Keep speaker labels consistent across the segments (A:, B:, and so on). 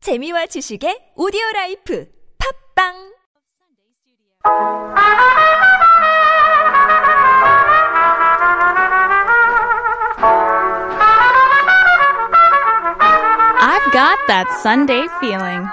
A: 재미와 지식의 오디오 라이프 팝빵
B: I've got that Sunday feeling.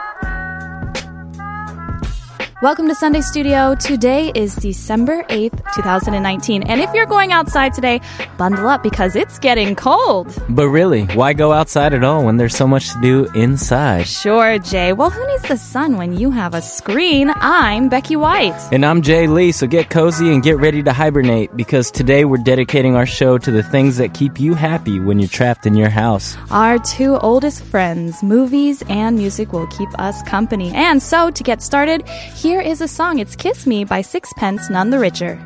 B: Welcome to Sunday Studio. Today is December 8th, 2019. And if you're going outside today, bundle up because it's getting cold.
C: But really, why go outside at all when there's so much to do inside?
B: Sure, Jay. Well, who needs the sun when you have a screen? I'm Becky White.
C: And I'm Jay Lee, so get cozy and get ready to hibernate because today we're dedicating our show to the things that keep you happy when you're trapped in your house.
B: Our two oldest friends, movies and music will keep us company. And so, to get started, here is a song. It's Kiss Me by Sixpence None the Richer.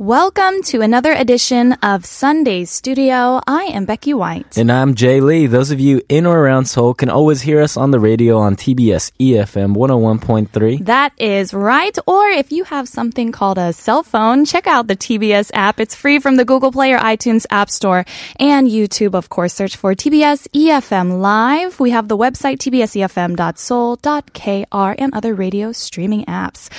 B: Welcome to another edition of Sunday's Studio. I am Becky White.
C: And I'm Jay Lee. Those of you in or around Seoul can always hear us on the radio on TBS EFM 101.3.
B: That is right. Or if you have something called a cell phone, check out the TBS app. It's free from the Google Play or iTunes App Store and YouTube, of course. Search for TBS EFM E Live. We have the website tbsefm.soul.kr and other radio streaming apps.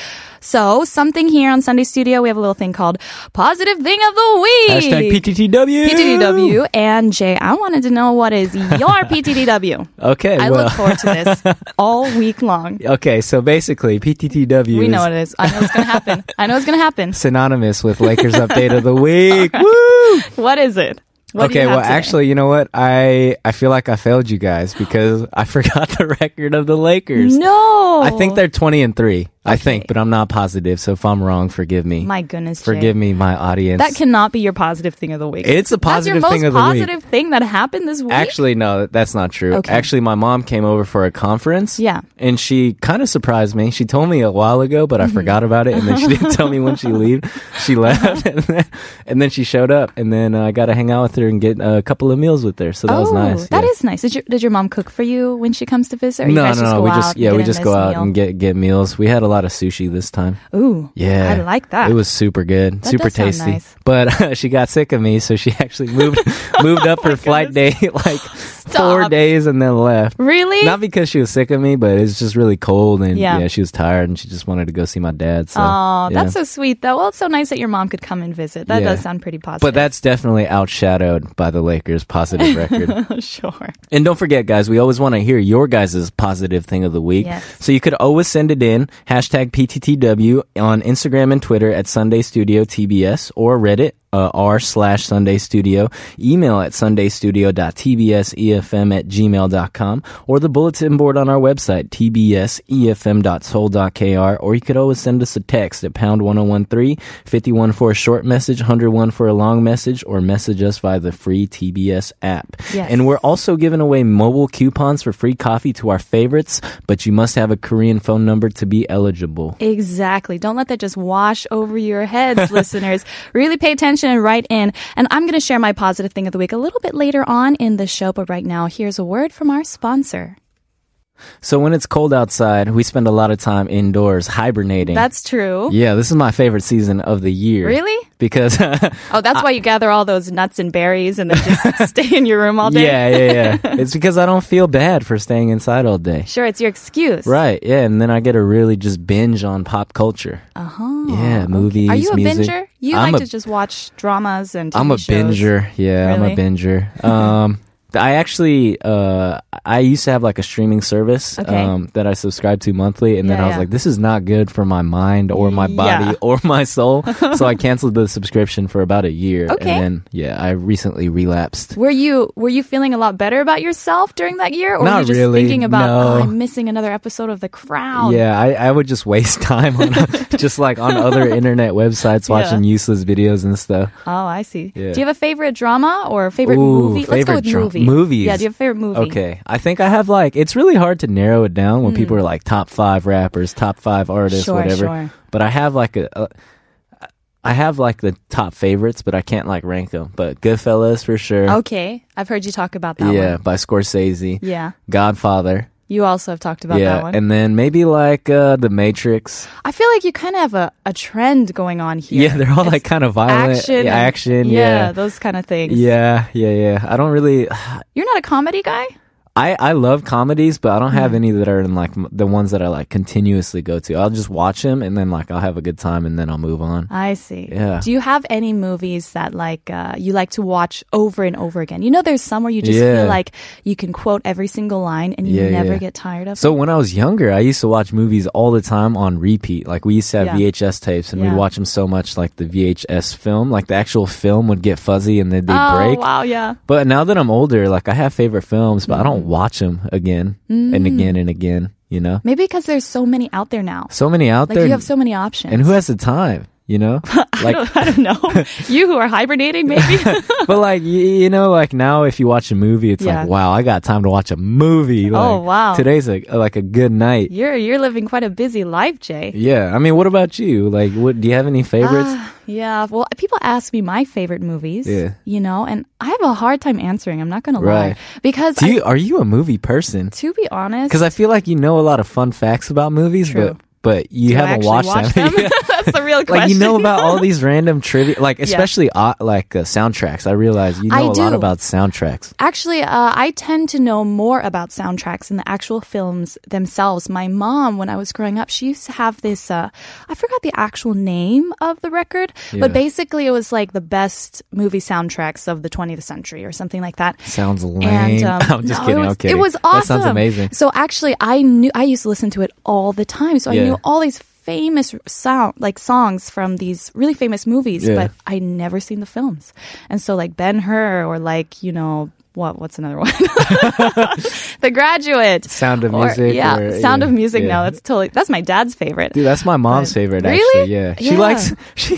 B: So, something here on Sunday Studio, we have a little thing called Positive Thing of the Week.
C: Hashtag PTTW.
B: PTDW. And Jay, I wanted to know what is your PTDW?
C: Okay,
B: I
C: well.
B: look forward to this all week long.
C: okay, so basically, PTTW
B: We
C: is
B: know it is. I know it's going to happen. I know it's going to happen.
C: synonymous with Lakers Update of the Week. Woo!
B: What is it? What do
C: okay,
B: you have
C: well,
B: today?
C: actually, you know what? I I feel like I failed you guys because I forgot the record of the Lakers.
B: No.
C: I think they're 20 and 3. I think, but I'm not positive. So if I'm wrong, forgive me.
B: My goodness, Jay.
C: forgive me, my audience.
B: That cannot be your positive thing of the week.
C: It's a positive
B: That's
C: thing
B: your
C: of
B: most
C: the week.
B: positive thing that happened this week.
C: Actually, no, that's not true.
B: Okay.
C: Actually, my mom came over for a conference.
B: Yeah.
C: And she kind of surprised me. She told me a while ago, but I
B: Mm-hmm.
C: forgot about it. And then she didn't tell me when she leave. She left. And, then, and then she showed up. And then uh, I got to hang out with her and get uh, a couple of meals with her. So that
B: oh,
C: was nice.
B: That
C: yeah.
B: is nice. Did your, did your mom cook for you when she comes to visit? Or you
C: No,
B: guys
C: no,
B: just
C: no.
B: go
C: We
B: out
C: just
B: and
C: yeah,
B: get
C: we
B: a
C: just
B: nice
C: go out
B: meal?
C: and get get meals. We had a lot of sushi this time.
B: Ooh,
C: Yeah,
B: I like that.
C: It was super good,
B: That
C: super
B: does sound
C: tasty.
B: nice.
C: But she got sick of me, so she actually moved moved up her flight day like
B: Oh
C: four
B: Stop.
C: days and then left.
B: really
C: Not because she was sick of me, but it's just really cold and
B: Yeah.
C: yeah. she was tired and she just wanted to go see my dad. So,
B: Oh,
C: yeah.
B: that's so sweet though. Well, it's so nice that your mom could come and visit. That
C: Yeah.
B: does sound pretty positive.
C: but that's definitely outshadowed by the Lakers' positive record.
B: sure.
C: And don't forget, guys, we always want to hear your guys' positive thing of the week.
B: Yes.
C: So you could always send it in, hashtag PTTW on Instagram and Twitter at Sunday Studio TBS or Reddit. Uh, r slash Sunday Studio, email at sundaystudio.tbsefm at gmail.com, or the bulletin board on our website, E tbsefm.soul.kr, or you could always send us a text at pound 1013, 51 for a short message, 101 for a long message, or message us via the free TBS app.
B: Yes.
C: And we're also giving away mobile coupons for free coffee to our favorites, but you must have a Korean phone number to be eligible.
B: Exactly. Don't let that just wash over your heads, listeners. Really pay attention and write in. And I'm going to share my positive thing of the week a little bit later on in the show, but right now, here's a word from our sponsor.
C: So when it's cold outside, we spend a lot of time indoors hibernating.
B: That's true.
C: yeah, this is my favorite season of the year.
B: Really?
C: Because
B: Oh, that's why you gather all those nuts and berries and then just stay in your room all day.
C: yeah, yeah, yeah. it's because I don't feel bad for staying inside all day.
B: Sure, it's your excuse.
C: Right, yeah, and then I get to really just binge on pop culture.
B: Uh huh.
C: yeah, movies.
B: Are you a
C: music.
B: binger? You
C: I'm
B: like
C: a
B: to just watch dramas and TV
C: I'm a
B: shows.
C: binger. Yeah, I'm
B: Really?
C: a binger. Um, I actually, uh, I used to have like a streaming service
B: Okay.
C: um, that I subscribed to monthly, and then
B: Yeah,
C: I was
B: yeah.
C: like, this is not good for my mind or my body
B: Yeah.
C: or my soul. so I canceled the subscription for about a year,
B: Okay.
C: and then yeah, I recently relapsed.
B: Were you were you feeling a lot better about yourself during that year, or were
C: Not
B: you just
C: really,
B: thinking about
C: no.
B: oh, I'm missing another episode of The Crown?
C: Yeah, I, I would just waste time on just like on other internet websites
B: Yeah.
C: watching useless videos and stuff.
B: Oh, I see.
C: Yeah.
B: Do you have a favorite drama or favorite
C: Ooh,
B: movie? Let's go
C: favorite
B: with
C: dra-
B: movie.
C: movies.
B: Yeah, do you have a favorite movie? Hmm.
C: Okay, I think I have like it's really hard to narrow it down when people are like top five rappers, top five artists,
B: Sure,
C: whatever.
B: sure.
C: But I have like a, a, I have like the top favorites, but I can't like rank them. But Goodfellas for sure.
B: Okay. I've heard you talk about Oh, that
C: yeah,
B: one.
C: by Scorsese.
B: Yeah.
C: Godfather.
B: You also have talked about that
C: yeah,
B: one.
C: and then maybe like uh, the Matrix.
B: I feel like you kind of have a, a trend going on here.
C: Yeah, they're all like kind of violent
B: action.
C: Yeah,
B: and-
C: action.
B: yeah,
C: Yeah,
B: those kind of things.
C: yeah, yeah, yeah. I don't really.
B: You're not a comedy guy?
C: I, I love comedies, but I don't
B: Mm.
C: have any that are in like m- the ones that I like continuously go to. I'll just watch them and then like I'll have a good time and then I'll move on.
B: I see.
C: Yeah.
B: Do you have any movies that like uh, you like to watch over and over again? You know, there's some where you just
C: Yeah.
B: feel like you can quote every single line and you
C: Yeah,
B: never
C: yeah.
B: get tired of
C: So when I was younger, I used to watch movies all the time on repeat. Like we used to have
B: Yeah.
C: VHS tapes and
B: Yeah.
C: we'd watch them so much like the VHS film, like the actual film would get fuzzy and
B: it.
C: then they'd
B: oh
C: break.
B: wow, yeah.
C: But now that I'm older, like I have favorite films, but I don't
B: Mm.
C: watch them again and again and again, you know?
B: Maybe because there's so many out there now.
C: So many out
B: Like
C: there.
B: you have so many options.
C: and who has the time, you know? Like
B: I don't know. you who are hibernating, maybe.
C: but like you, you know like now if you watch a movie it's
B: Yeah.
C: like wow i got time to watch a movie like,
B: Oh, wow.
C: today's a, like a good night
B: you're you're living quite a busy life, Jay.
C: yeah i mean what about you like what do you have any favorites
B: Ah, Yeah, well, people ask me my favorite movies,
C: Yeah.
B: you know, and I have a hard time answering. I'm not going to lie.
C: Right.
B: Because,
C: do
B: I-
C: you are you a movie person
B: to be honest,
C: because i feel like you know a lot of fun facts about movies
B: True.
C: but but you
B: do I
C: haven't
B: actually
C: watched
B: watch
C: them, Yeah.
B: That's the real question.
C: like you know about all these random trivia like especially uh, like uh, soundtracks i realize you know
B: I
C: a lot
B: do.
C: about soundtracks
B: Actually, uh, I tend to know more about soundtracks and the actual films themselves. My mom, when I was growing up, she used to have this, uh, I forgot the actual name of the record, but
C: Yeah.
B: basically it was like the best movie soundtracks of the 20th century or something like that.
C: sounds lame
B: And um,
C: i'm just
B: no, It
C: kidding
B: was,
C: i'm kidding
B: It was
C: that
B: awesome.
C: sounds amazing
B: So actually, I knew I used to listen to it all the time. So I
C: Yeah.
B: knew all these famous sound like songs from these really famous movies, but
C: Yeah.
B: I never seen the films. And so like Ben Hur or like you know. What, what's another one? the Graduate.
C: Sound of
B: Or-
C: Music
B: yeah,
C: or-
B: Sound
C: yeah,
B: of Music. No,
C: yeah.
B: that's totally, that's my dad's favorite.
C: Dude, that's my mom's
B: But-
C: favorite.
B: Really?
C: Actually, yeah. She
B: Yeah.
C: likes she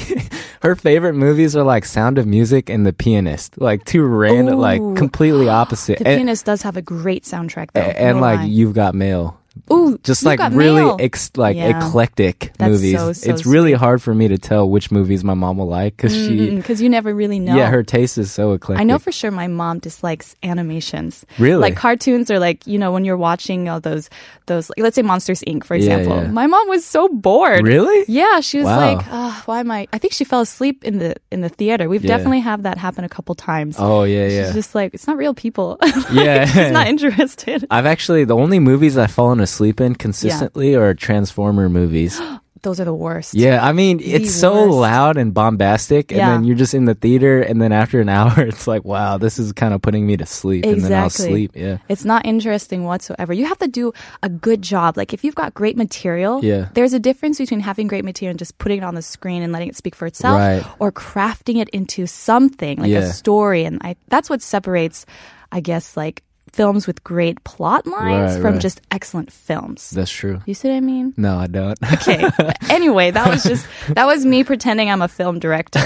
C: her favorite movies are like Sound of Music and The Pianist. Like two random, like
B: Ooh.
C: completely opposite.
B: the
C: and
B: Pianist does have a great soundtrack though.
C: and
B: no
C: like
B: lie.
C: You've Got Mail.
B: Ooh,
C: Just
B: You
C: like
B: Got
C: really
B: Mail.
C: ex- like
B: Yeah.
C: eclectic
B: That's
C: movies.
B: so, so
C: it's really hard for me to tell which movies my mom will like because she.
B: because you never really know.
C: Yeah, her taste is so eclectic.
B: Mm-hmm. I know for sure my mom dislikes animations.
C: Really?
B: Like cartoons or like, you know, when you're watching all those those like, let's say Monsters Inc for
C: Yeah,
B: example.
C: yeah.
B: My mom was so bored.
C: Really?
B: Yeah, she was
C: Wow.
B: like, oh, why am I I think she fell asleep in the in the theater. We've
C: Yeah.
B: definitely have that happen a couple times.
C: Oh yeah,
B: She's
C: yeah,
B: just like, it's not real people.
C: yeah.
B: She's not interested.
C: I've actually the only movies I've fallen asleep in consistently are Transformer movies.
B: Those are the worst.
C: Yeah, I mean, it's so
B: worst.
C: loud and bombastic, and
B: Yeah.
C: then you're just in the theater, and then after an hour, it's like, wow, this is kind of putting me to sleep, and then I'll
B: Exactly.
C: sleep. Yeah,
B: It's not interesting whatsoever. You have to do a good job. Like if you've got great material,
C: Yeah.
B: there's a difference between having great material and just putting it on the screen and letting it speak for itself
C: Right.
B: or crafting it into something like a
C: Yeah.
B: story and I that's what separates I guess like films with great plot lines
C: Right,
B: from
C: right.
B: just excellent films.
C: that's true.
B: you see what I mean?
C: No, I don't.
B: Okay. anyway, that was just that was me pretending I'm a film director.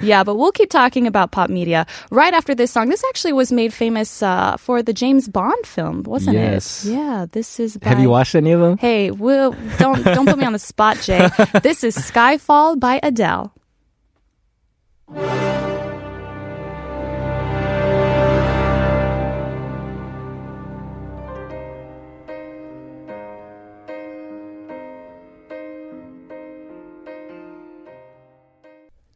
B: yeah, but we'll keep talking about pop media right after this song. This actually was made famous uh, for the James Bond film, wasn't
C: Yes.
B: it? Yeah, this is. By,
C: Have you watched any of them?
B: Hey, we'll, don't don't put me on the spot, Jay. This is Skyfall by Adele.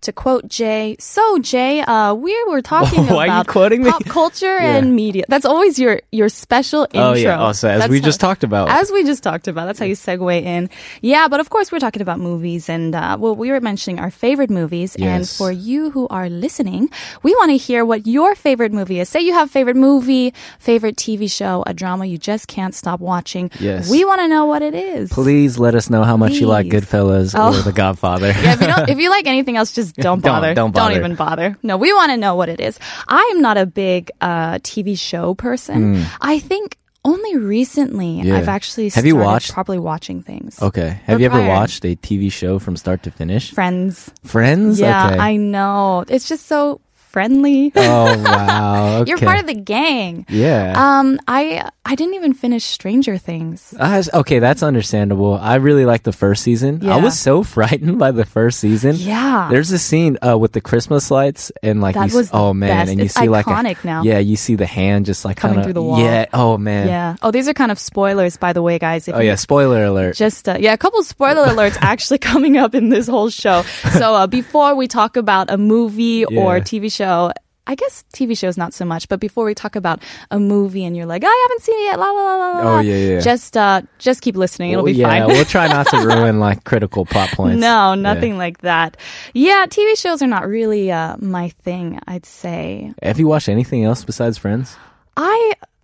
B: To quote Jay, so Jay, uh, we were talking
C: Why are you
B: about
C: quoting me?
B: pop culture and media. That's always your your special intro.
C: Oh yeah. Oh, so as
B: That's
C: we
B: how-
C: just talked about,
B: as we just talked about, that's how you segue in. Yeah, but of course, we're talking about movies, and uh, well, we were mentioning our favorite movies. And
C: Yes.
B: for you who are listening, we want to hear what your favorite movie is. Say you have favorite movie, favorite TV show, a drama you just can't stop watching.
C: Yes.
B: we want to know what it is.
C: please let us know how much you like
B: Please.
C: Goodfellas
B: Oh.
C: or The Godfather.
B: Yeah, if you don't, if you like anything else, just don't
C: Don't-
B: bother.
C: don't bother.
B: even bother. No, we want to know what it is. I am not a big uh, TV show person. I think only recently
C: Hmm. Yeah.
B: I've actually
C: Have you
B: started
C: watched-
B: properly watching things.
C: Okay. Have you ever
B: prior-
C: watched a TV show from start to finish?
B: Friends.
C: Friends.
B: Yeah,
C: okay.
B: I know. It's just so friendly.
C: Oh wow.
B: You're
C: okay.
B: part of the gang.
C: Yeah.
B: Um, I I didn't even finish Stranger Things.
C: I was- okay, that's understandable. I really liked the first season.
B: Yeah.
C: I was so frightened by the first season.
B: Yeah.
C: There's a scene uh, with the Christmas lights and like
B: That
C: you,
B: was
C: s-
B: the
C: oh man,
B: best.
C: and you
B: It's
C: see like a-
B: iconic now.
C: Yeah, you see the hand just like
B: Coming
C: kinda,
B: through the wall.
C: Yeah. Oh man.
B: Yeah. Oh, these are kind of spoilers, by the way, guys. If
C: Oh
B: you
C: yeah. Spoiler alert.
B: Just uh, yeah, a couple spoiler alerts actually coming up in this whole show. So uh, before we talk about a movie or
C: Yeah.
B: TV show, I guess TV shows not so much, but before we talk about a movie and you're like, I haven't seen it yet, la la la la. la,"
C: Oh, yeah, yeah.
B: Just uh, just keep listening; it'll
C: Well,
B: be
C: Oh, yeah,
B: fine.
C: we'll try not to ruin like critical plot points.
B: No,
C: Yeah.
B: nothing like that. Yeah, TV shows are not really uh, my thing. I'd say
C: Have you watched anything else besides Friends?
B: I.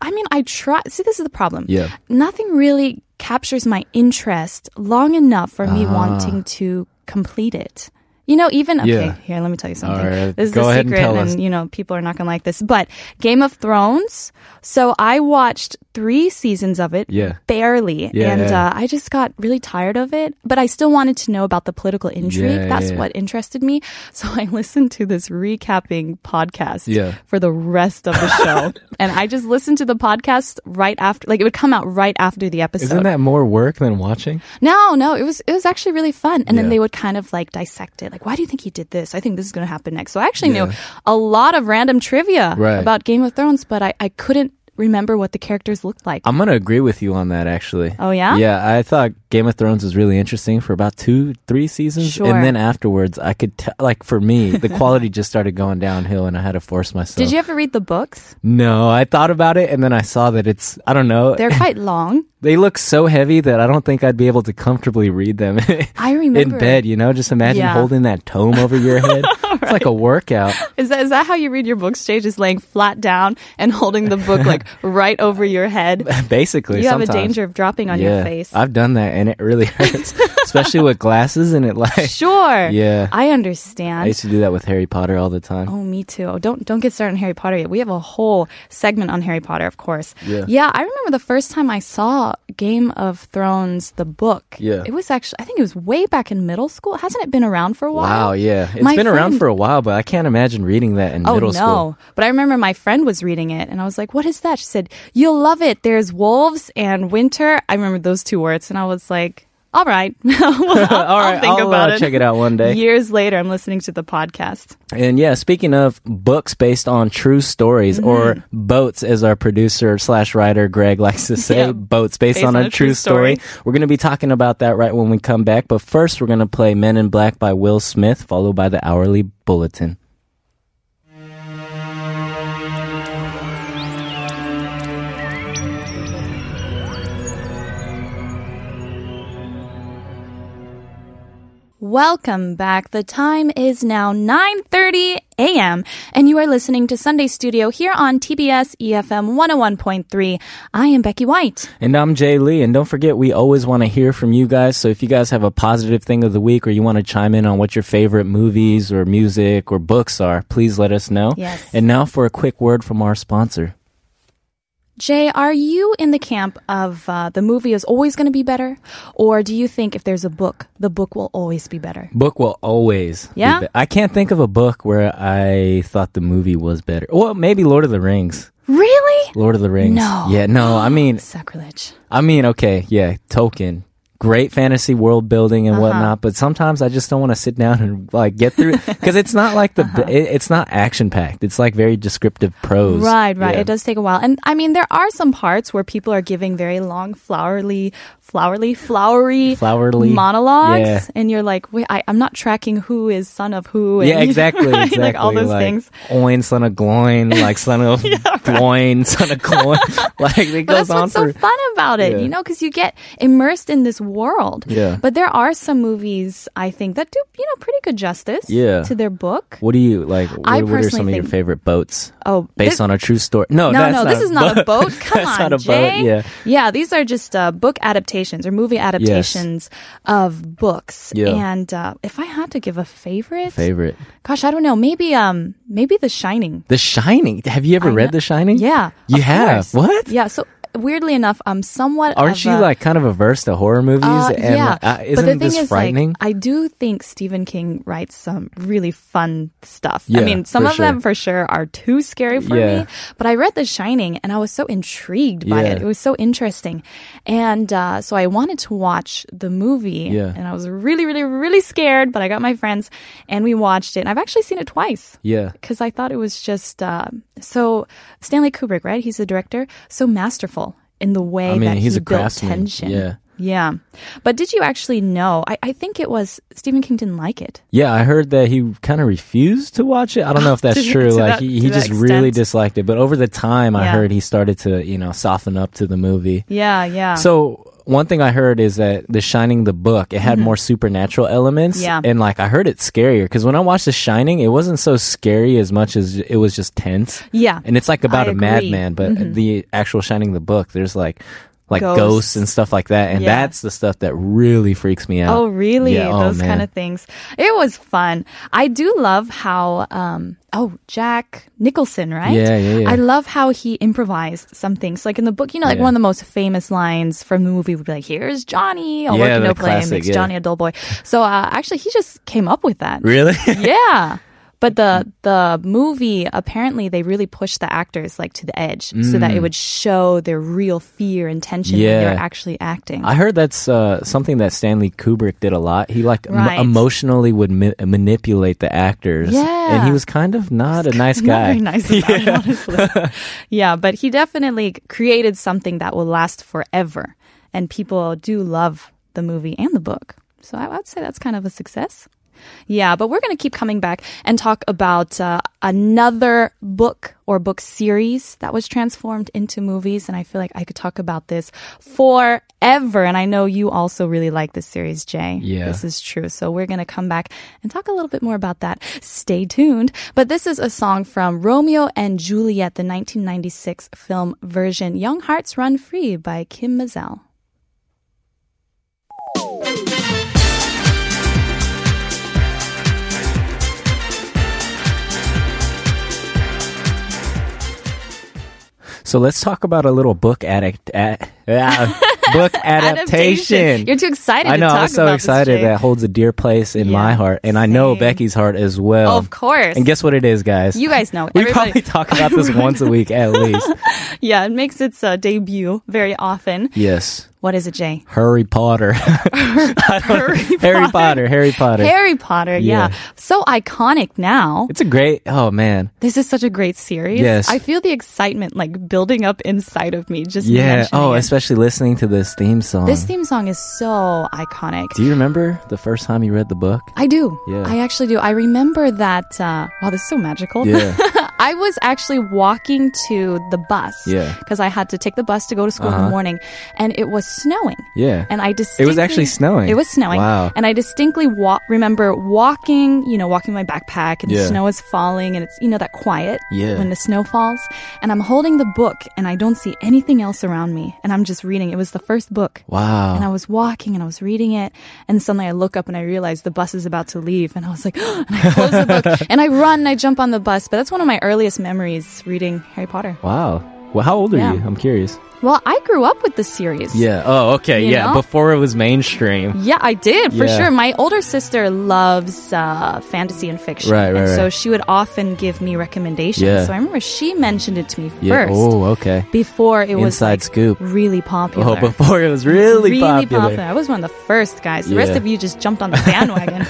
B: I mean, I try. See, this is the problem.
C: Yeah.
B: nothing really captures my interest long enough for
C: Ah.
B: me wanting to complete it. You know, even okay.
C: Yeah.
B: Here, let me tell you something.
C: All right,
B: This is
C: go
B: a
C: ahead and
B: secret,
C: tell
B: and
C: us.
B: you know, people are not gonna like this. But Game of Thrones. So I watched three seasons of it.
C: Yeah.
B: barely.
C: Yeah,
B: and
C: yeah.
B: Uh, I just got really tired of it. But I still wanted to know about the political intrigue.
C: Yeah,
B: That's
C: yeah.
B: what interested me. So I listened to this recapping podcast
C: Yeah.
B: for the rest of the show. and I just listened to the podcast right after, like it would come out right after the episode.
C: Isn't that more work than watching?
B: no, no, it was, it was actually really fun. And then
C: Yeah.
B: they would kind of like dissect it. Like, why do you think he did this? I think this is going to happen next. So I actually knew a lot of random trivia
C: Right.
B: about Game of Thrones, but I, I couldn't remember what the characters looked like.
C: I'm gonna agree with you on that actually.
B: Oh, yeah?
C: Yeah, I thought Game of Thrones was really interesting for about two, three seasons,
B: Sure.
C: and then afterwards, I could tell. Like for me, the quality just started going downhill, and I had to force myself.
B: Did you ever read the books?
C: No, I thought about it, and then I saw that it's I don't know.
B: They're quite long.
C: they look so heavy that I don't think I'd be able to comfortably read them.
B: I remember.
C: in bed, you know. Just imagine
B: Yeah.
C: holding that tome over your head. It's like a workout.
B: Is that is that how you read your books, Jay? Just laying flat down and holding the book like right over your head.
C: Basically,
B: You have a
C: sometimes.
B: danger of dropping on your face.
C: I've done that, and it really hurts, especially with glasses, and it like.
B: sure.
C: Yeah.
B: I
C: I
B: understand.
C: used to do that with Harry Potter all the time.
B: Oh, me too. Oh, Don't don't get started on Harry Potter yet. We have a whole segment on Harry Potter, of course.
C: Yeah.
B: I remember the first time I saw Game of Thrones, the book.
C: Yeah.
B: It was actually I think it was way back in middle school. Hasn't it been around for a while?
C: Wow, yeah. it's
B: My
C: been around
B: friend-
C: for a while, but I can't imagine reading that in
B: Oh
C: middle
B: no!
C: school.
B: But I remember my friend was reading it, and I was like, "What is that?" She said, "You'll love it. There's wolves and winter." I remember those two words, and I was like, "All right, Well, I'll,
C: All
B: I'll
C: right,
B: think
C: I'll,
B: about
C: uh,
B: it."
C: check it out one day.
B: Years later, I'm listening to the podcast.
C: And yeah, speaking of books based on true stories or
B: Mm-hmm.
C: boats, as our producer slash writer Greg likes to say,
B: Yeah,
C: boats based, on, a true story. We're going to be talking about that right when we come back. But first, we're going to play Men in Black by Will Smith, followed by the hourly bulletin.
B: Welcome back. The time is now 9:30 a.m. and you are listening to Sunday Studio here on TBS EFM 101.3. I am Becky White.
C: And I'm Jay Lee. And don't forget, we always want to hear from you guys. So if you guys have a positive thing of the week or you want to chime in on what your favorite movies or music or books are, please let us know.
B: Yes.
C: And now for a quick word from our sponsor.
B: Jay, are you in the camp of uh, the movie is always going to be better? Or do you think if there's a book, the book will always be better?
C: Book will always. be
B: Yeah?
C: be- I can't think of a book where I thought the movie was better. Well, maybe Lord of the Rings.
B: Really?
C: Lord of the Rings.
B: No.
C: Yeah, no. I mean,
B: Sacrilege.
C: I mean, okay, yeah, Tolkien. Great fantasy world building and
B: Uh-huh.
C: whatnot, but sometimes I just don't want to sit down and like get through because it's not like the
B: Uh-huh.
C: it, it's not action packed. It's like very descriptive prose.
B: Right, right.
C: Yeah.
B: It does take a while. And I mean, there are some parts where people are giving very long, flowery, flowery, flowery,
C: Flowerly.
B: monologues.
C: Yeah.
B: And you're like, wait, I, I'm not tracking who is son of who. And,
C: Yeah, exactly.
B: right?
C: exactly.
B: Like all those things.
C: Oin, son of Gloin, like son of Gloin, son of Gloin. like it
B: But
C: goes
B: that's
C: on
B: what's so
C: for
B: fun about it,
C: Yeah.
B: you know, because you get immersed in this world.
C: Yeah.
B: But there are some movies I think that do you know pretty good justice.
C: Yeah.
B: To their book.
C: What do you like? What,
B: I
C: what are some
B: personally
C: of your
B: think-
C: favorite boats?
B: Oh,
C: based
B: thi-
C: on a true story. No,
B: No,
C: that's
B: no, this is not a boat. Come
C: That's
B: on,
C: not a
B: Jay.
C: boat. Yeah,
B: yeah. These are just uh, book adaptations or movie adaptations of books.
C: Yeah.
B: And uh, if I had to give a favorite,
C: favorite.
B: gosh, I don't know. Maybe, um, maybe The Shining.
C: The Shining. Have you ever
B: I
C: read
B: kn-
C: The Shining?
B: Yeah,
C: you
B: of
C: have.
B: course.
C: What?
B: Yeah. So weirdly enough, I'm somewhat.
C: Aren't
B: of
C: you
B: a-
C: like kind of averse to horror movies?
B: Uh,
C: and
B: yeah,
C: like, uh,
B: but the
C: isn't
B: thing
C: this
B: is,
C: frightening?
B: like, uh, I do think Stephen King writes some really fun stuff. I
C: Yeah,
B: mean, some
C: for
B: of them for sure are too scary for
C: Yeah.
B: me. But I read The Shining, and I was so intrigued by it.
C: Yeah.
B: It was so interesting, and uh, so I wanted to watch the movie.
C: Yeah.
B: and I was really, really, really scared. But I got my friends, and we watched it. And I've actually seen it twice
C: yeah.
B: because I thought it was just uh, so Stanley Kubrick, right? He's the director, so masterful in the way
C: I mean,
B: that
C: he's
B: he
C: a
B: built
C: craftsman.
B: tension.
C: Yeah.
B: yeah. But did you actually know? I, I think it was Stephen King didn't like it.
C: Yeah, I heard that he kind of refused to watch it. I don't know if that's
B: To-
C: true.
B: to
C: like
B: that-
C: he,
B: to
C: he
B: that
C: just really
B: extent.
C: disliked it. But over the time, I
B: Yeah.
C: heard he started to you know soften up to the movie.
B: Yeah, yeah.
C: So one thing I heard is that The Shining, the book, it had more supernatural elements.
B: Mm-hmm. Yeah.
C: and like I heard it's scarier because when I watched The Shining, it wasn't so scary as much as it was just tense.
B: yeah,
C: And it's like about
B: I
C: a
B: agree. Mm-hmm.
C: madman, but the actual Shining, the book, there's like like
B: Ghosts.
C: ghosts, and stuff like that, and
B: Yeah.
C: that's the stuff that really freaks me out.
B: Oh, really?
C: Yeah, oh,
B: Those kind of
C: man.
B: things. It was fun. I do love how, um, oh, Jack Nicholson, right?
C: Yeah, yeah, yeah.
B: I love how he improvised some things. Like in the book, you know, like one
C: Yeah.
B: of the most famous lines from the movie would be like, here's Johnny. Or
C: Yeah,
B: yeah, no
C: the
B: play and
C: classic,
B: makes
C: yeah.
B: Johnny a dull boy. So uh, actually, he just came up with that.
C: Really?
B: Yeah. But the the movie apparently they really pushed the actors like to the edge so that it would show their real fear and tension when
C: Mm. Yeah.
B: they're actually acting.
C: I heard that's uh, something that Stanley Kubrick did a lot. He like em-
B: Right.
C: emotionally would ma- manipulate the actors,
B: Yeah.
C: and he was kind of not a nice
B: Not
C: guy.
B: very nice about it, honestly. yeah, but he definitely created something that will last forever. And people do love the movie and the book. So I would say that's kind of a success. Yeah, but we're going to keep coming back and talk about uh, another book or book series that was transformed into movies. And I feel like I could talk about this forever. And I know you also really like this series, Jay.
C: Yeah.
B: This is true. So we're going to come back and talk a little bit more about that. Stay tuned. But this is a song from Romeo and Juliet, the 1996 film version, Young Hearts Run Free by Kim Mazel.
C: So let's talk about a little book addict at, uh, book adaptation.
B: You're too excited.
C: I know.
B: To talk
C: I was so
B: about
C: excited.
B: This, Jay.
C: that holds a dear place in
B: Yeah,
C: my heart, and I know
B: same.
C: Becky's heart as well.
B: of course.
C: Um, And guess what it is, guys?
B: you guys know. it.
C: we
B: Everybody-
C: probably talk about this once a week at least.
B: yeah, it makes its uh, debut very often.
C: Yes,
B: What is it, Jay?
C: Harry Potter.
B: Harry
C: Harry Potter. Harry Potter.
B: Harry Potter, yeah.
C: Yeah.
B: So iconic now.
C: it's a great. Oh man.
B: This is such a great series.
C: Yes.
B: I feel the excitement like building up inside of me just
C: Yeah.
B: mentioning
C: Oh,
B: it.
C: especially listening to this theme song.
B: This theme song is so iconic.
C: Do you remember the first time you read the book?
B: I do.
C: Yeah.
B: I actually do. I remember that. Uh, wow, this is so magical.
C: Yeah.
B: I was actually walking to the bus.
C: Yeah. Uh-huh.
B: Because I had to take the bus to go to school in the morning, and it was snowing.
C: Yeah.
B: And I distinctly
C: It was actually snowing.
B: It was snowing.
C: Wow.
B: And I distinctly wa- remember walking, you know, walking my backpack, and the
C: Yeah.
B: snow is falling, and it's you know that quiet
C: Yeah.
B: when the snow falls, and I'm holding the book, and I don't see anything else around me, and I'm just reading. It was the first book.
C: Wow.
B: And I was walking and I was reading it. And suddenly I look up and I realize the bus is about to leave. And I was like, and I close the book and I run and I jump on the bus. But that's one of my earliest memories reading Harry Potter.
C: wow. Well, how old are
B: Yeah.
C: you? I'm curious.
B: Well, I grew up with the series.
C: Yeah. Oh, okay.
B: You
C: yeah.
B: know?
C: Before it was mainstream.
B: Yeah, I did for
C: Yeah.
B: sure. My older sister loves uh, fantasy and fiction,
C: Right, right,
B: and so
C: right.
B: she would often give me recommendations.
C: Yeah.
B: So I remember she mentioned it to me
C: Yeah.
B: first
C: Oh, okay.
B: before it was
C: Inside
B: like
C: scoop.
B: really popular.
C: Oh, before it was really, popular.
B: I was one of the first guys. The rest
C: Yeah.
B: of you just jumped on the bandwagon.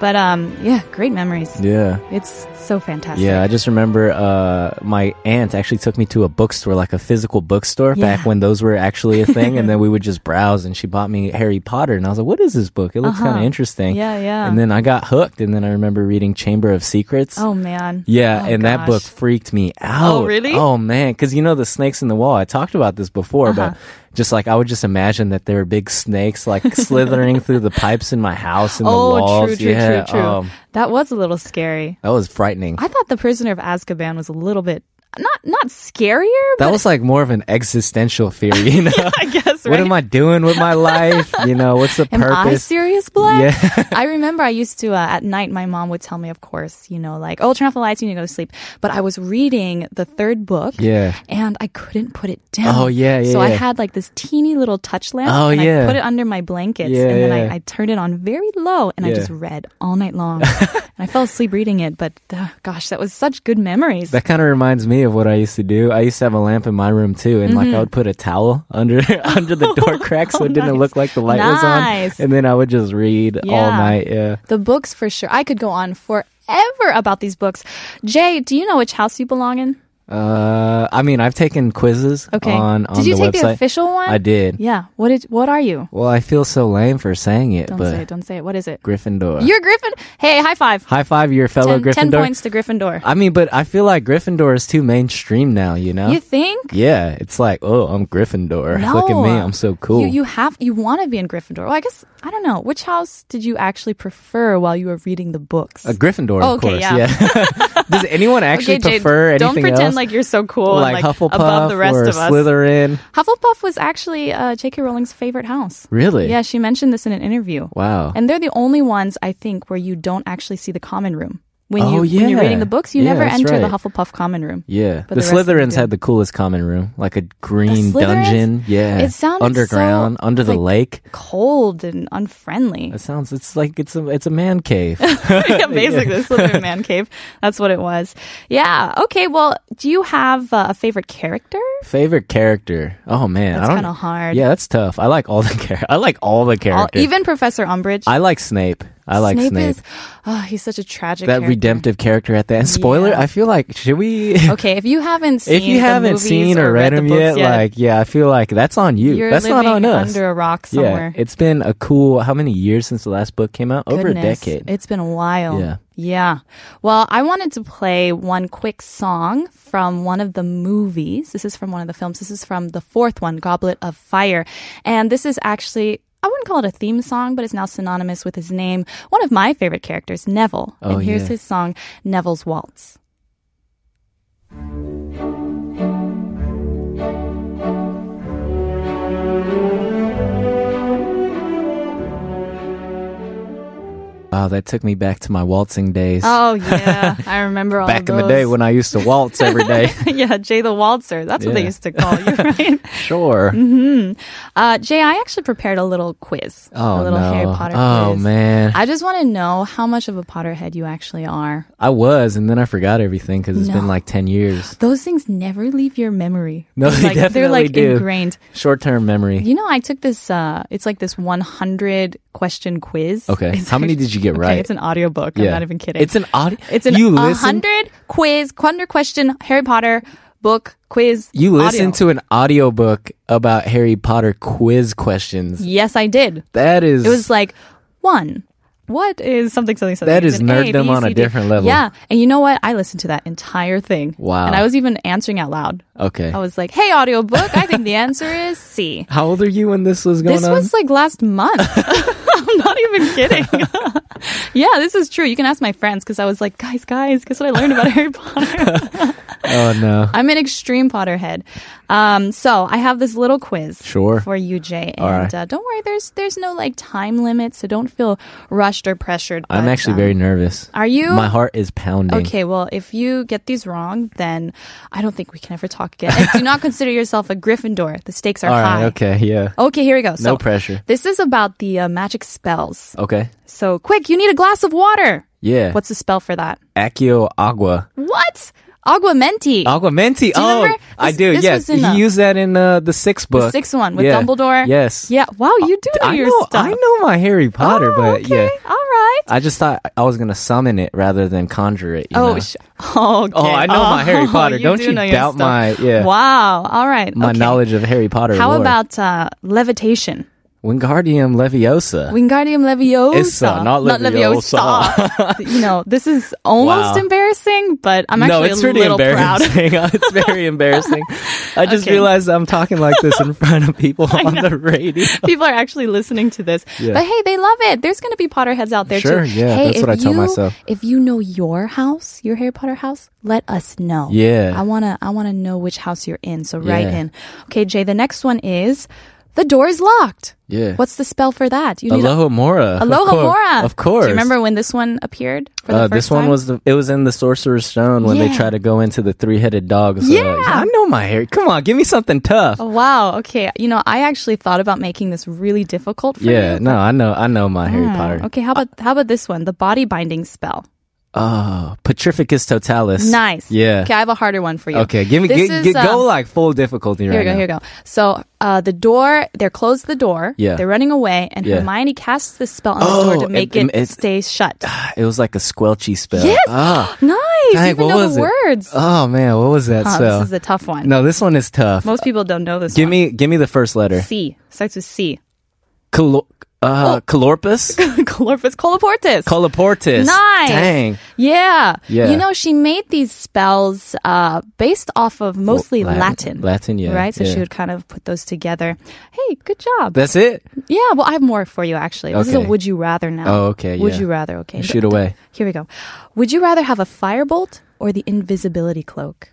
B: but um, yeah, great memories.
C: Yeah.
B: It's so fantastic.
C: Yeah, I just remember uh, my aunt actually took me to a bookstore, like a physical bookstore,
B: Yeah.
C: back when those were actually a thing. and then we would just browse, and she bought me Harry Potter. And I was like, what is this book? It looks kind of interesting.
B: Uh-huh. Yeah, yeah.
C: And then I got hooked, and then I remember reading Chamber of Secrets.
B: oh man. Oh,
C: Yeah, and that book
B: gosh.
C: freaked me out.
B: really?
C: Oh man, because you know the snakes in the wall. I talked about this before,
B: Uh-huh.
C: but just like I would just imagine that there were big snakes like slithering through the pipes in my house and
B: Oh,
C: the walls.
B: true, true,
C: yeah,
B: true, true.
C: um,
B: that was a little scary.
C: that was frightening.
B: I thought the Prisoner of Azkaban was a little bit not not scarier. but
C: That was like more of an existential fear, you know?
B: I guess right.
C: What am I doing with my life? You know, what's the
B: Am I
C: purpose?
B: serious black?
C: Yeah.
B: I remember I used to uh, at night my mom would tell me, of course, you know, like oh turn off the lights, you need to go to sleep. But I was reading the third book,
C: Yeah.
B: and I couldn't put it down.
C: Oh, yeah, yeah,
B: So I
C: yeah.
B: had like this teeny little touch lamp.
C: Oh,
B: and I
C: yeah.
B: put it under my blankets,
C: Yeah,
B: and then
C: yeah.
B: I, I turned it on very low, and I
C: Yeah.
B: just read all night long. and I fell asleep reading it, but uh, gosh, that was such good memories.
C: That kind of reminds me of what I used to do. I used to have a lamp in my room too, and
B: Mm-hmm.
C: like I would put a towel under under the door crack so it
B: Oh,
C: didn't
B: nice.
C: look like the light
B: Nice.
C: was on. And then I would just read
B: Yeah.
C: all night. Yeah.
B: the books for sure. I could go on forever about these books. Jay, do you know which house you belong in?
C: Uh, I mean, I've taken quizzes
B: Okay.
C: on on
B: did you take
C: the
B: the
C: website.
B: official one?
C: I did.
B: Yeah. What did? What are you?
C: Well, I feel so lame for saying it,
B: Don't
C: but
B: say it. Don't say it. What is it?
C: Gryffindor.
B: You're Griffin. Hey, high five.
C: High five your fellow
B: Ten- ten
C: Gryffindor.
B: points to Gryffindor.
C: I mean, but I feel like Gryffindor is too mainstream now. You know.
B: you think?
C: yeah, it's like, oh, I'm Gryffindor.
B: No.
C: Look at me, I'm so cool.
B: You, you have you want to be in Gryffindor. Well, I guess I don't know. Which house did you actually prefer while you were reading the books?
C: A Gryffindor,
B: Oh,
C: of
B: okay,
C: course.
B: yeah.
C: Yeah. Does anyone actually
B: okay, Jay,
C: prefer
B: don't
C: anything
B: pretend
C: else?
B: like you're so cool
C: like,
B: and like
C: Hufflepuff
B: above the rest
C: or
B: of us.
C: Slytherin?
B: Hufflepuff was actually uh, J.K. Rowling's favorite house.
C: Really?
B: Yeah, she mentioned this in an interview.
C: Wow.
B: And they're the only ones I think where you don't actually see the common room. When you
C: Oh,
B: when you're
C: yeah.
B: reading the books, you
C: Yeah,
B: never
C: that's
B: enter the
C: right.
B: Hufflepuff common room.
C: yeah.
B: But
C: the,
B: the rest of them
C: Slytherins
B: do.
C: had the coolest common room, like a green
B: The Slytherins?
C: dungeon. Yeah.
B: It sounded
C: underground,
B: so,
C: under the
B: like-
C: lake.
B: Cold and unfriendly.
C: It sounds. It's like it's a it's a man cave.
B: yeah, basically, the Slytherin man cave. That's what it was. Yeah. Okay. Well, do you have uh, a favorite character?
C: Favorite character? Oh man,
B: That's
C: I don't.
B: kind of hard.
C: Yeah, that's tough. I like all the char- I like all
B: All-
C: the characters.
B: even Professor Umbridge.
C: I like Snape. I like Snape.
B: Is, oh, he's such a tragic.
C: that
B: character.
C: redemptive character at the end. Spoiler.
B: Yeah.
C: I feel like should we?
B: Okay, if you haven't seen
C: if
B: the
C: you haven't
B: movies
C: seen or, read, them
B: the
C: yet,
B: books yet,
C: like yeah, I feel like that's on you.
B: you're
C: that's not
B: living
C: on us.
B: under a rock somewhere.
C: Yeah, it's been a cool how many years since the last book came out? Over a
B: Goodness,
C: decade.
B: It's been a while.
C: Yeah.
B: Yeah. Well, I wanted to play one quick song from one of the movies. This is from one of the films. This is from the fourth one, Goblet of Fire. And this is actually, I wouldn't call it a theme song, but it's now synonymous with his name. One of my favorite characters, Neville.
C: Oh,
B: and here's
C: yeah.
B: his song, Neville's Waltz.
C: Wow, that took me back to my waltzing days.
B: Oh, yeah. I remember all
C: back in the day when I used to waltz every day.
B: yeah, Jay the Waltzer. That's what they
C: Yeah.
B: used to call you, right?
C: sure.
B: Mm-hmm. Uh, Jay, I actually prepared a little quiz. a
C: Oh
B: little
C: no.
B: Harry Potter
C: oh
B: quiz.
C: man, I,
B: I just want to know how much of a Potterhead you actually are.
C: was, and then I forgot everything because it's
B: No.
C: been like ten years.
B: Those things never leave your memory.
C: No,
B: It's
C: they
B: like,
C: definitely
B: They're like
C: do.
B: ingrained.
C: Short-term memory.
B: You know, I took this. Uh, it's like this 100 question quiz.
C: Okay,
B: It's
C: how many
B: actually-
C: did you get
B: okay,
C: right?
B: It's an audiobook. I'm not even kidding.
C: It's an audio.
B: it's an
C: you listen.
B: 100 quiz, 100 question Harry Potter book quiz.
C: You listen
B: audio.
C: to an audiobook about Harry Potter quiz questions.
B: Yes, I did.
C: That is
B: It was like one. What is something something something?
C: That
B: It's
C: is
B: an A, B,
C: nerddom on
B: C, D.
C: a different level.
B: Yeah, and you know what? I listened to that entire thing.
C: Wow.
B: And I was even answering out loud.
C: okay.
B: I was like, "Hey, audiobook, I think the answer is C."
C: How old are you when this was going
B: This
C: on?
B: was like last month. I'm not even kidding. yeah, this is true. You can ask my friends because I was like, guys, guys, guess what I learned about Harry Potter?
C: oh no.
B: I'm an extreme Potterhead. Um, so I have this little quiz
C: Sure.
B: for you, Jay. And
C: All right.
B: uh, don't worry, there's there's no like time limit, so don't feel rushed or pressured.
C: I'm
B: but,
C: actually
B: um,
C: very nervous.
B: Are you?
C: My heart is pounding.
B: Okay, well, if you get these wrong, then I don't think we can ever talk again. And do not consider yourself a Gryffindor. The stakes are
C: All
B: high.
C: right. Okay. Yeah.
B: Okay, here we go. So,
C: No pressure.
B: This is about the uh, magic spells.
C: Okay.
B: So, quick, you need a glass of water.
C: Yeah.
B: What's the spell for that?
C: Accio Agua?
B: What? Aguamenti.
C: Aguamenti.
B: you
C: Oh,
B: remember?
C: I
B: This-
C: do.
B: this
C: yes.
B: was in,
C: He
B: uh,
C: used that in uh, the sixth
B: the
C: book.
B: sixth one with
C: Yeah.
B: Dumbledore.
C: Yes.
B: Yeah. Wow, you do know
C: I
B: your
C: know.
B: stuff.
C: I know my Harry Potter,
B: Oh,
C: but
B: okay.
C: yeah.
B: All right.
C: I just thought I was gonna summon it rather than conjure it. you
B: Oh,
C: know?
B: sh- oh, okay.
C: Oh, I know my Harry Potter. Don't
B: do
C: you
B: know your
C: doubt
B: stuff.
C: my- yeah.
B: Wow. All right.
C: my
B: okay.
C: knowledge of Harry Potter.
B: How
C: lore.
B: about uh, levitation?
C: Wingardium Leviosa.
B: Wingardium Leviosa.
C: Issa, uh, not
B: Leviosa. you know, this is almost
C: Wow.
B: embarrassing, but I'm actually
C: no, it's
B: a
C: pretty
B: little proud.
C: embarrassing. Oh, it's very embarrassing. I just
B: Okay.
C: realized I'm talking like this in front of people on the radio.
B: People are actually listening to this.
C: Yeah.
B: But hey, they love it. There's going to be Potterheads out there
C: Sure,
B: too.
C: yeah,
B: hey,
C: that's
B: if
C: what I tell
B: you,
C: myself.
B: If you know your house, your Harry Potter house, let us know.
C: Yeah.
B: I want to I want to know which house you're in, so write
C: Yeah.
B: in. Okay, Jay, the next one is the door is locked.
C: Yeah.
B: What's the spell for that? You need a-
C: Aloha Mora? of
B: Aloha
C: course-
B: Mora.
C: Of course.
B: Do you remember when this one appeared for the
C: Uh,
B: first
C: this one
B: time?
C: was the, it was in the Sorcerer's Stone when they
B: Yeah.
C: try to go into the three headed dog. So
B: Yeah.
C: like, I know my hair. Come on, give me something tough.
B: Oh, wow. Okay. You know, I actually thought about making this really difficult for you.
C: yeah,
B: Hmm.
C: no, I know, I know
B: Mm.
C: my Harry Potter.
B: Okay. How about how about this one? The body binding spell.
C: Oh, Petrificus Totalis.
B: Nice.
C: Yeah.
B: Okay. I have a harder one for you.
C: Okay, give me
B: This
C: gi-
B: is,
C: gi-
B: um,
C: go like full difficulty
B: Here we
C: right
B: go.
C: now.
B: Here we go. So uh, the door, they're closed the door.
C: Yeah.
B: They're running away, and
C: Yeah.
B: Hermione casts this spell on the door to
C: Oh,
B: make
C: it-
B: it,
C: it's-
B: stay shut.
C: It was like a squelchy spell.
B: Yes!
C: Ah,
B: nice. you
C: dang,
B: even
C: what
B: know the
C: was it?
B: words.
C: Oh man, what was that
B: Huh,
C: spell?
B: this is a tough one.
C: no, this one is tough.
B: Most people don't know this
C: give
B: one.
C: me, give me the first letter.
B: C. Oh. Starts with C.
C: Calo- uh, Calorpus,
B: Colorpus coloportis.
C: Coloportus.
B: Nice.
C: Dang.
B: Yeah.
C: Yeah.
B: You know, she made these spells uh, based off of mostly
C: Well,
B: Latin.
C: Latin, yeah.
B: Right? So
C: yeah.
B: she would kind of put those together. Hey, good job.
C: That's it.
B: yeah, well, I have more for you, actually. This is a
C: Okay.
B: would you rather now.
C: Oh, okay,
B: Would
C: yeah.
B: you rather? Okay.
C: Shoot away.
B: Here we go. Would you rather have a firebolt or the invisibility cloak?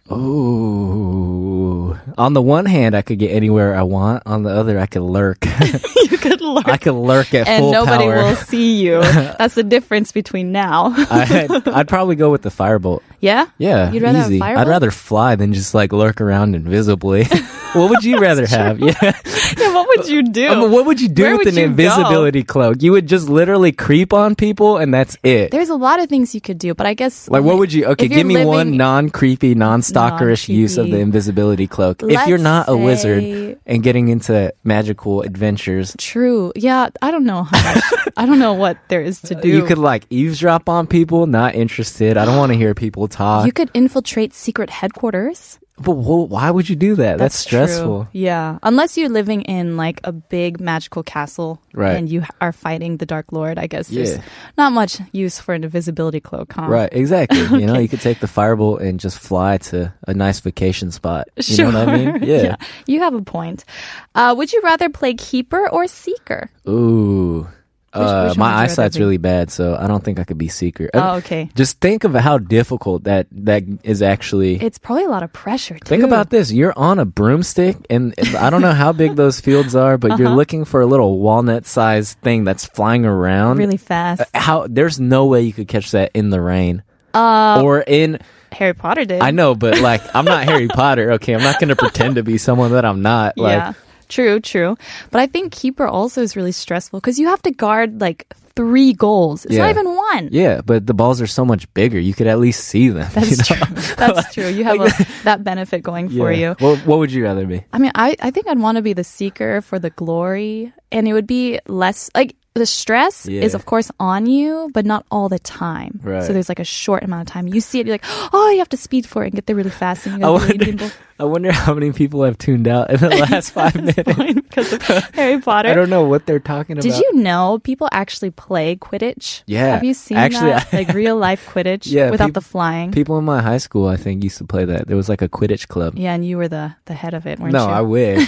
C: Ooh. On the one hand, I could get anywhere I want. On the other, I could lurk.
B: you could lurk.
C: I could lurk at
B: and
C: full
B: nobody
C: power.
B: will see you. That's the difference between now.
C: I'd, I'd probably go with the firebolt.
B: yeah?
C: Yeah,
B: You'd rather
C: easy.
B: have a firebolt?
C: I'd rather fly than just like lurk around invisibly. what would you rather have? Yeah.
B: Yeah, what would you do?
C: I mean, what would you do
B: Where
C: with
B: would
C: an
B: you go?
C: invisibility cloak? You would just literally creep on people, and that's it.
B: There's a lot of things you could do, but I guess
C: Like, what would you? Okay,
B: if you're
C: give me one
B: living-
C: non-creepy, non-stalkerish use of the
B: Non-creepy.
C: invisibility cloak. if you're
B: Let's
C: not a wizard
B: say-
C: and getting into magical adventures,
B: True. Yeah, I don't know. How much, I don't know what there is to do.
C: you could like eavesdrop on people. Not interested. I don't want to hear people talk.
B: You could infiltrate secret headquarters.
C: but wh- why would you do that? That's, stressful.
B: True. Yeah, unless you're living in like a big magical castle,
C: Right.
B: And you are fighting the Dark Lord. I guess there's
C: Yeah.
B: not much use for an invisibility cloak, huh?
C: Right, exactly. You know, you could take the firebolt and just fly to a nice vacation spot. You
B: Sure.
C: know what I mean? Yeah.
B: You have a point. Uh, would you rather play keeper or seeker?
C: Ooh. Uh,
B: which one would you rather
C: my eyesight's
B: be?
C: really bad, so I don't think I could be secret.
B: Oh,
C: Uh,
B: okay.
C: Just think of how difficult that that is actually.
B: It's probably a lot of pressure. Too.
C: think about this: you're on a broomstick, and I don't know how big those fields are, but
B: Uh-huh.
C: you're looking for a little walnut-sized thing that's flying around. Uh,
B: really fast.
C: How? There's no way you could catch that in the rain.
B: Oh.
C: or in
B: Uh, Harry Potter did.
C: Uh, I know, but like I'm not Harry Potter. Okay, I'm not going to pretend to be someone that I'm not. Like,
B: yeah. True, true. But I think keeper also is really stressful because you have to guard like three goals. It's not
C: Yeah.
B: even one.
C: yeah, but the balls are so much bigger. You could at least see them.
B: That's
C: you know?
B: true. That's true. You have a, that benefit going for
C: Yeah.
B: you.
C: What, what would you rather be?
B: I mean, I, I think I'd want to be the seeker for the glory, and it would be less like the stress is,
C: Yeah.
B: of course, on you, but not all the time.
C: Right.
B: So there's like a short amount of time. You see it, you're like, oh, you have to speed for it and get there really fast, and you
C: I
B: gotta lead
C: wonder-
B: people
C: I wonder how many people have tuned out in the last five minutes.
B: because of Harry Potter.
C: I don't know what they're talking
B: Did
C: about.
B: you know people actually play Quidditch?
C: Yeah.
B: Have you seen
C: Actually,
B: that? like real life Quidditch
C: Yeah,
B: without
C: peop-
B: the flying?
C: People in my high school, I think, used to play that. There was like a Quidditch club.
B: yeah, and you were the, the head of it, weren't
C: no,
B: you?
C: I wish.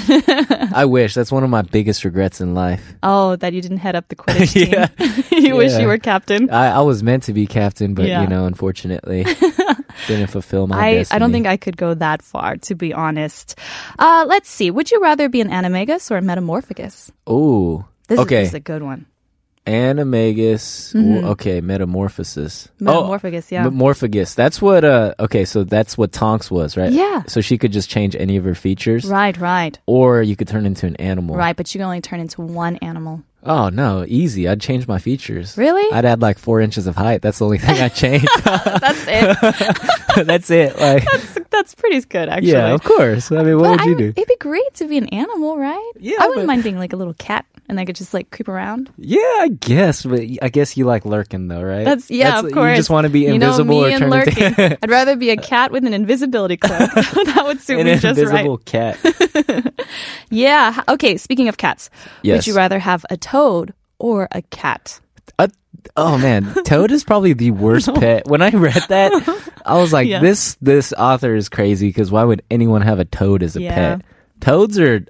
C: I wish. That's one of my biggest regrets in life.
B: oh, that you didn't head up the Quidditch
C: Yeah.
B: team. you wish you
C: Yeah.
B: were captain.
C: I, I was meant to be captain, but
B: Yeah.
C: you know, unfortunately, didn't fulfill my
B: I, I don't
C: destiny.
B: think I could go that far, to be honest. Uh, let's see. Would you rather be an animagus or a metamorphagus?
C: Ooh.
B: This,
C: okay.
B: is, this is a good one.
C: Animagus. w- Okay, metamorphosis. Oh,
B: Metamorphagus, Mm-hmm. yeah.
C: Metamorphagus. That's what. Uh, okay, so that's what Tonks was, right?
B: Yeah.
C: So she could just change any of her features,
B: Right, right.
C: or you could turn into an animal.
B: Right, but you can only turn into one animal.
C: Oh no, easy. I'd change my features.
B: Really?
C: I'd add like four inches of height. That's the only thing I change.
B: That's it.
C: that's it. Like
B: that's pretty good, actually.
C: Yeah, of course. I mean, what
B: But
C: would you
B: I-
C: do?
B: It'd be great to be an animal, right?
C: Yeah,
B: I wouldn't
C: but-
B: mind being like a little cat, and I could just like creep around.
C: Yeah, I guess, but y- I guess you like lurking though, right?
B: That's yeah, of course.
C: You just want to be
B: you know, me
C: invisible or
B: and
C: turn
B: lurking.
C: into
B: I'd rather be a cat with an invisibility cloak. that would suit
C: an
B: me just right.
C: invisible cat.
B: Yeah. h- Okay. Speaking of cats, would
C: Yes.
B: you rather have a toad or a cat?
C: I- oh man, Toad is probably the worst pet. When I read that, I was like,
B: Yeah.
C: this this author is crazy because why would anyone have a toad as a
B: Yeah.
C: pet? Toads are.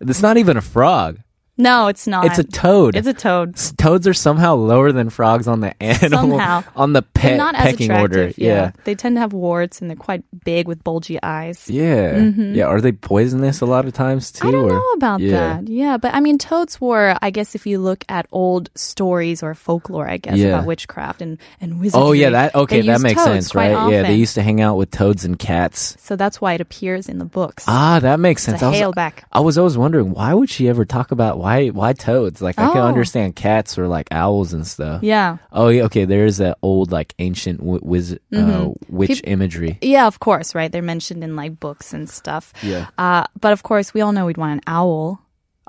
C: It's not even a frog.
B: No, it's not.
C: It's a toad.
B: It's a toad.
C: S- Toads are somehow lower than frogs on the animal
B: Somehow.
C: on the
B: They're
C: pet
B: not as
C: pecking
B: attractive.
C: order.
B: Yeah. They tend to have warts and they're quite big with bulgy eyes.
C: Yeah. Yeah. Are they poisonous a lot of times too?
B: Mm-hmm. I don't
C: or-
B: know about
C: yeah.
B: that. Yeah, but I mean, toads were, I guess, if you look at old stories or folklore, I guess,
C: Yeah.
B: about witchcraft and and wizardry.
C: Oh yeah, that okay,
B: they
C: that
B: used
C: makes
B: toads
C: sense,
B: quite
C: right? Yeah, they
B: often.
C: used to hang out with toads and cats.
B: So that's why it appears in the books.
C: Ah, that makes
B: it's
C: sense.
B: a
C: I was,
B: hailback.
C: I was always wondering why would she ever talk about why why toads? Like I can
B: Oh.
C: understand cats or like owls and stuff.
B: Yeah.
C: Oh yeah, okay. There is that old like ancient w- wiz- uh,
B: Mm-hmm.
C: witch imagery.
B: Yeah, of course, right? They're mentioned in like books and stuff.
C: Yeah,
B: Uh, but of course, we all know we'd want an owl.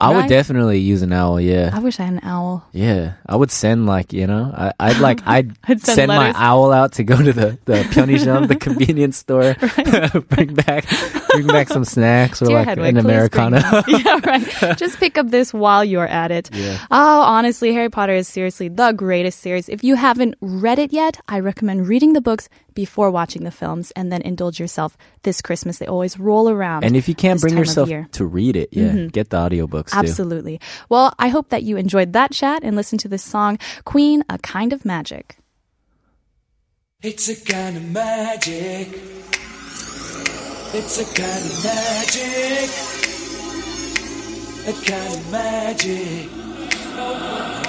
C: I
B: right.
C: would definitely use an owl. Yeah,
B: I wish I had an owl.
C: yeah. I would send like you know, I, I'd like I'd,
B: I'd send
C: send, my
B: letters.
C: owl out to go to the the Pyeongchang, the convenience store, bring back bring back some snacks or
B: Dear
C: like
B: Hedwig,
C: an
B: please bring
C: americano.
B: me- yeah, right. Just pick up this while you're at it.
C: Yeah.
B: Oh, honestly, Harry Potter is seriously the greatest series. If you haven't read it yet, I recommend reading the books before watching the films and then indulge yourself this Christmas. They always roll around.
C: And if you can't
B: this
C: bring
B: time of
C: yourself
B: year. Mm-hmm.
C: to read it, yeah, get the audiobooks too.
B: Absolutely. Well, I hope that you enjoyed that chat and listen to this song, Queen, A Kind of Magic.
D: It's a kind of magic. It's a kind of magic. A kind of magic.